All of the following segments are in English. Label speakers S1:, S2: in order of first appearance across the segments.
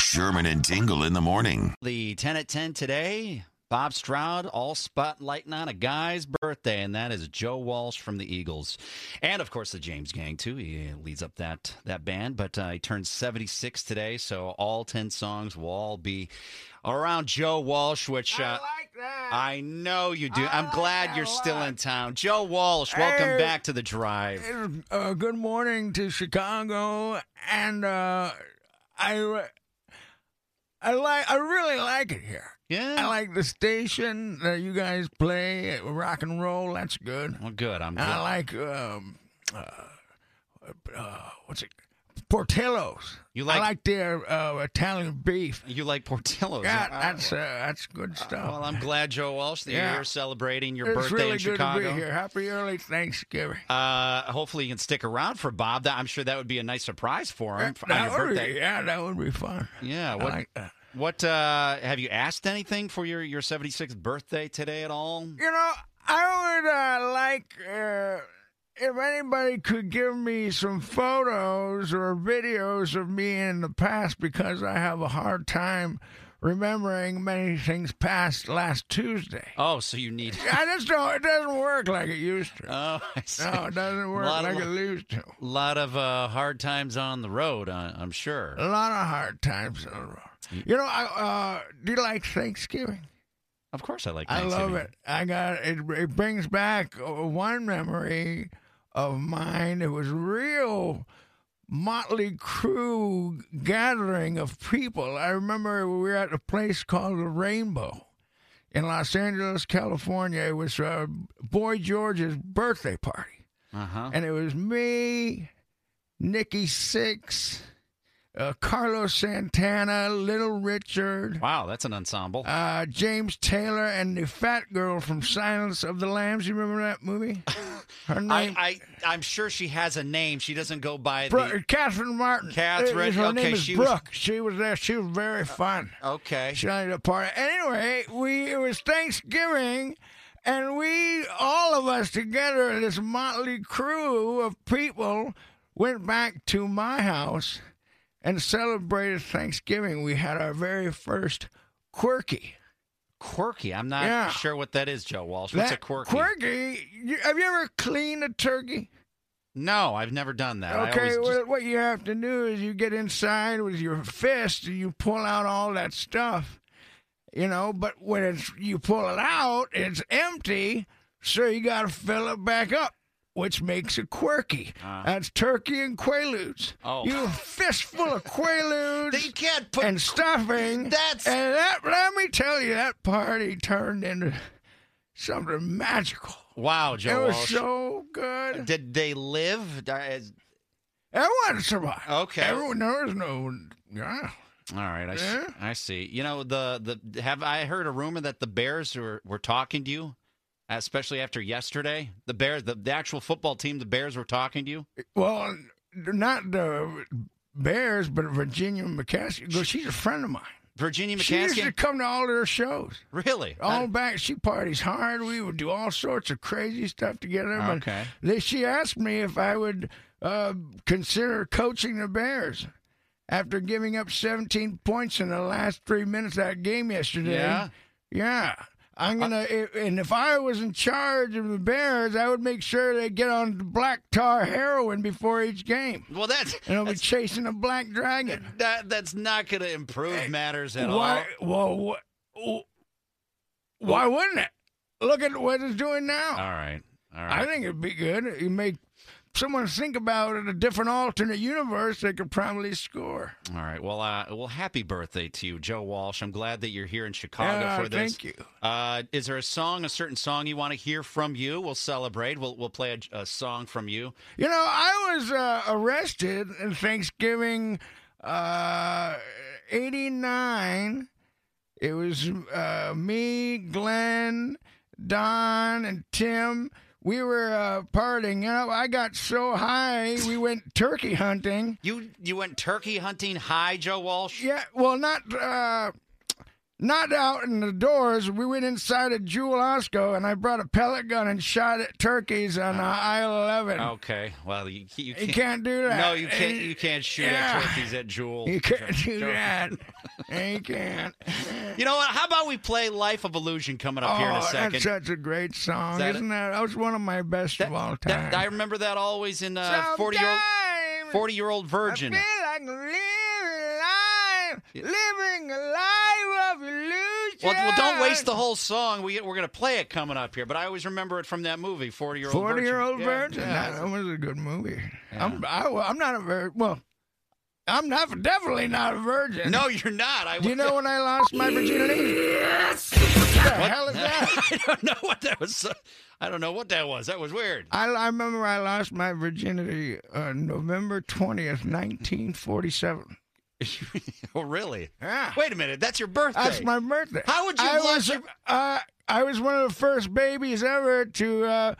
S1: Sherman and Tingle in the morning.
S2: The 10 at 10 today, Bob Stroud, all spotlighting on a guy's birthday, and that is Joe Walsh from the Eagles. And of course, the James Gang, too. He leads up that, that band, but uh, he turns 76 today, so all 10 songs will all be around Joe Walsh, which. Uh, I know you do. I'm glad you're still in town. Joe Walsh, welcome
S3: Hey.
S2: back to the drive.
S3: Uh, good morning to Chicago, and uh, I, re- I like, I really like it here. I
S2: Yeah.
S3: like the station that you guys play, uh, rock and roll. That's good.
S2: Well, good. I'm
S3: And I
S2: glad.
S3: like, um, uh, uh, what's it? Portillo's.
S2: You
S3: I
S2: like-
S3: like their uh, Italian beef.
S2: You like Portillo's.
S3: Yeah,
S2: huh?
S3: that's uh, that's good stuff.
S2: Well, I'm glad, Joe Walsh, that
S3: Yeah.
S2: you're celebrating your
S3: it's
S2: birthday
S3: really
S2: in
S3: good
S2: Chicago.
S3: to be here. Happy early Thanksgiving.
S2: Uh, hopefully you can stick around for Bob. That I'm sure that would be a nice surprise for him for- on
S3: That
S2: your
S3: would be-
S2: birthday.
S3: yeah, that would be fun.
S2: Yeah.
S3: I
S2: What?
S3: like that.
S2: What? Uh, have you asked anything for your your 76th birthday today at all?
S3: You know, I would uh, like uh, if anybody could give me some photos or videos of me in the past because I have a hard time remembering many things past last Tuesday.
S2: Oh, so you need.
S3: I just don't. It doesn't work like it used to.
S2: Oh, I see.
S3: No, it doesn't work
S2: lot of
S3: like it used to.
S2: A lot of uh, hard times on the road. I, I'm sure.
S3: A lot of hard times in a row. You know, I uh, do you like Thanksgiving?
S2: Of course, I like.
S3: I love
S2: Thanksgiving.
S3: it. I got it. It brings back uh, one memory of mine. It was real motley crew gathering of people. I remember we were at a place called the Rainbow in Los Angeles, California. It was uh, Boy George's birthday party,
S2: Uh-huh.
S3: and it was me, Nikki Six, uh, Carlos Santana, Little Richard.
S2: Wow, that's an ensemble.
S3: Uh, James Taylor and the fat girl from Silence of the Lambs. You remember that movie? Her name,
S2: I, I I'm sure she has a name. She doesn't go by
S3: Bro-
S2: the.
S3: Catherine Martin. Uh,
S2: Catherine,
S3: Her
S2: okay,
S3: name is
S2: she was- Uh,
S3: Brooke. She was there. She was very fun.
S2: Okay.
S3: She wanted to party. Anyway, we it was Thanksgiving, and we all of us together, this motley crew of people, went back to my house and celebrated Thanksgiving. We had our very first quirky.
S2: Quirky. I'm not
S3: Yeah.
S2: sure what that is, Joe Walsh. What's
S3: That
S2: a quirky?
S3: Quirky. you- have you ever cleaned a turkey?
S2: No, I've never done that. I
S3: okay,
S2: always just-
S3: well, what you have to do is you get inside with your fist and you pull out all that stuff, you know. But when it's you pull it out, it's empty, so you got to fill it back up, which makes it quirky. That's turkey and quaaludes.
S2: Uh-huh. Oh.
S3: you fistful of quaaludes.
S2: That you can't put
S3: and stuffing.
S2: That's-
S3: and that. Let me tell you, that party turned into something magical.
S2: Wow,
S3: It
S2: Joe
S3: was
S2: Walsh.
S3: so good.
S2: Did they live? Uh, is-
S3: Everyone survived.
S2: Okay.
S3: Everyone, there was no. Yeah.
S2: All right, I
S3: Yeah.
S2: see. I see. You know the the have I heard a rumor that the Bears were were talking to you, uh, especially after yesterday. The Bears, the, the actual football team, the Bears were talking to you.
S3: Well, not the Bears, but Virginia McCaskey. Well, She's a friend of mine.
S2: Virginia
S3: She used to Oh,
S2: McCaskey.
S3: come to all their shows.
S2: Really?
S3: All back, she parties hard. We would do all sorts of crazy stuff together. but
S2: Okay.
S3: they- she asked me if I would uh, consider coaching the Bears after giving up 17 points in the last three minutes of that game yesterday.
S2: Yeah? Uh,
S3: Yeah. I'm gonna, i and if I was in charge of the Bears, I would make sure they get on black tar heroin before each game,
S2: well, that's
S3: and I'll be chasing a black dragon.
S2: that, that's not going to improve matters at
S3: Why? Well, what, why wouldn't it? Look at what it's doing now.
S2: all. All right. All
S3: I
S2: right.
S3: think it'd be good. You make someone think about it, a different alternate universe they could probably score.
S2: All right. Well, uh, well, happy birthday to you, Joe Walsh. I'm glad that you're here in Chicago
S3: Yeah,
S2: for this.
S3: Ah, thank you.
S2: Uh, is there a song, a certain song you want to hear from you? We'll celebrate. We'll we'll play a, a song from you.
S3: You know, I was uh, arrested in Thanksgiving uh, 89. It was uh, me, Glenn, Don, and Tim. We were uh, partying up. I got so high, we went turkey hunting.
S2: You you went turkey hunting high, Joe Walsh?
S3: Yeah, well, not uh, not out in the doors. We went inside a Jewel Osco, and I brought a pellet gun and shot at turkeys on uh, aisle 11.
S2: Oh, Okay. Well, you, you can't.
S3: You can't do that.
S2: no, you can't. You can't shoot at
S3: Yeah.
S2: turkeys at Jewel.
S3: You can't do
S2: Joe-
S3: that. you can't.
S2: You know what? How about we play Life of Illusion coming up here in
S3: oh,
S2: a second?
S3: that's such a great song,
S2: Is that
S3: isn't that? That was one of my best
S2: That-
S3: of all time.
S2: that- I remember that always in uh, 40 year old
S3: Sometimes
S2: 40 year old virgin.
S3: I feel like living life, living a life of illusion.
S2: Well, well, don't waste the whole song. We, we're going to play it coming up here, but I always remember it from that movie, 40 year old virgin.
S3: Forty-year-old
S2: Yeah,
S3: virgin.
S2: yeah.
S3: That was a good movie. I'm, I, I'm not a virgin. Well, I'm not definitely not a virgin.
S2: No, you're not. I
S3: Do you know when I lost my virginity? What the hell is that?
S2: I don't know what that was. uh, I don't know what that was. That was weird.
S3: I, I remember I lost my virginity uh, November 20th, 1947.
S2: oh, really?
S3: Yeah.
S2: Wait a minute. That's your birthday.
S3: That's my birthday.
S2: How would you
S3: I
S2: have lost
S3: was,
S2: your-
S3: uh, I was one of the first babies ever to uh,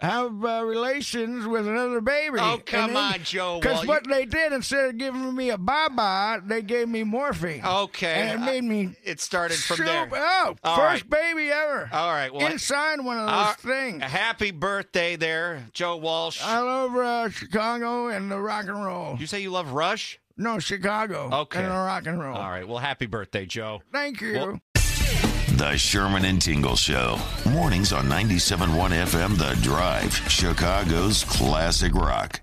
S3: have uh, relations with another baby.
S2: Oh, come on, Joe Wall,
S3: Because
S2: you-
S3: what they did, instead of giving me a baba, they gave me morphine.
S2: Okay.
S3: And it made me
S2: It started from
S3: soup
S2: there.
S3: out.
S2: All
S3: oh, first
S2: right.
S3: baby ever.
S2: All right. Well,
S3: Inside one of those
S2: uh,
S3: things.
S2: happy birthday there, Joe Walsh.
S3: All over uh, Chicago and the rock and roll.
S2: you say you love Rush?
S3: No, Chicago.
S2: Okay.
S3: And the rock and roll.
S2: All right. Well, happy birthday, Joe.
S3: Thank you.
S2: Well-
S1: The Sherman and Tingle Show. Mornings on 97.1 FM The Drive, Chicago's classic rock.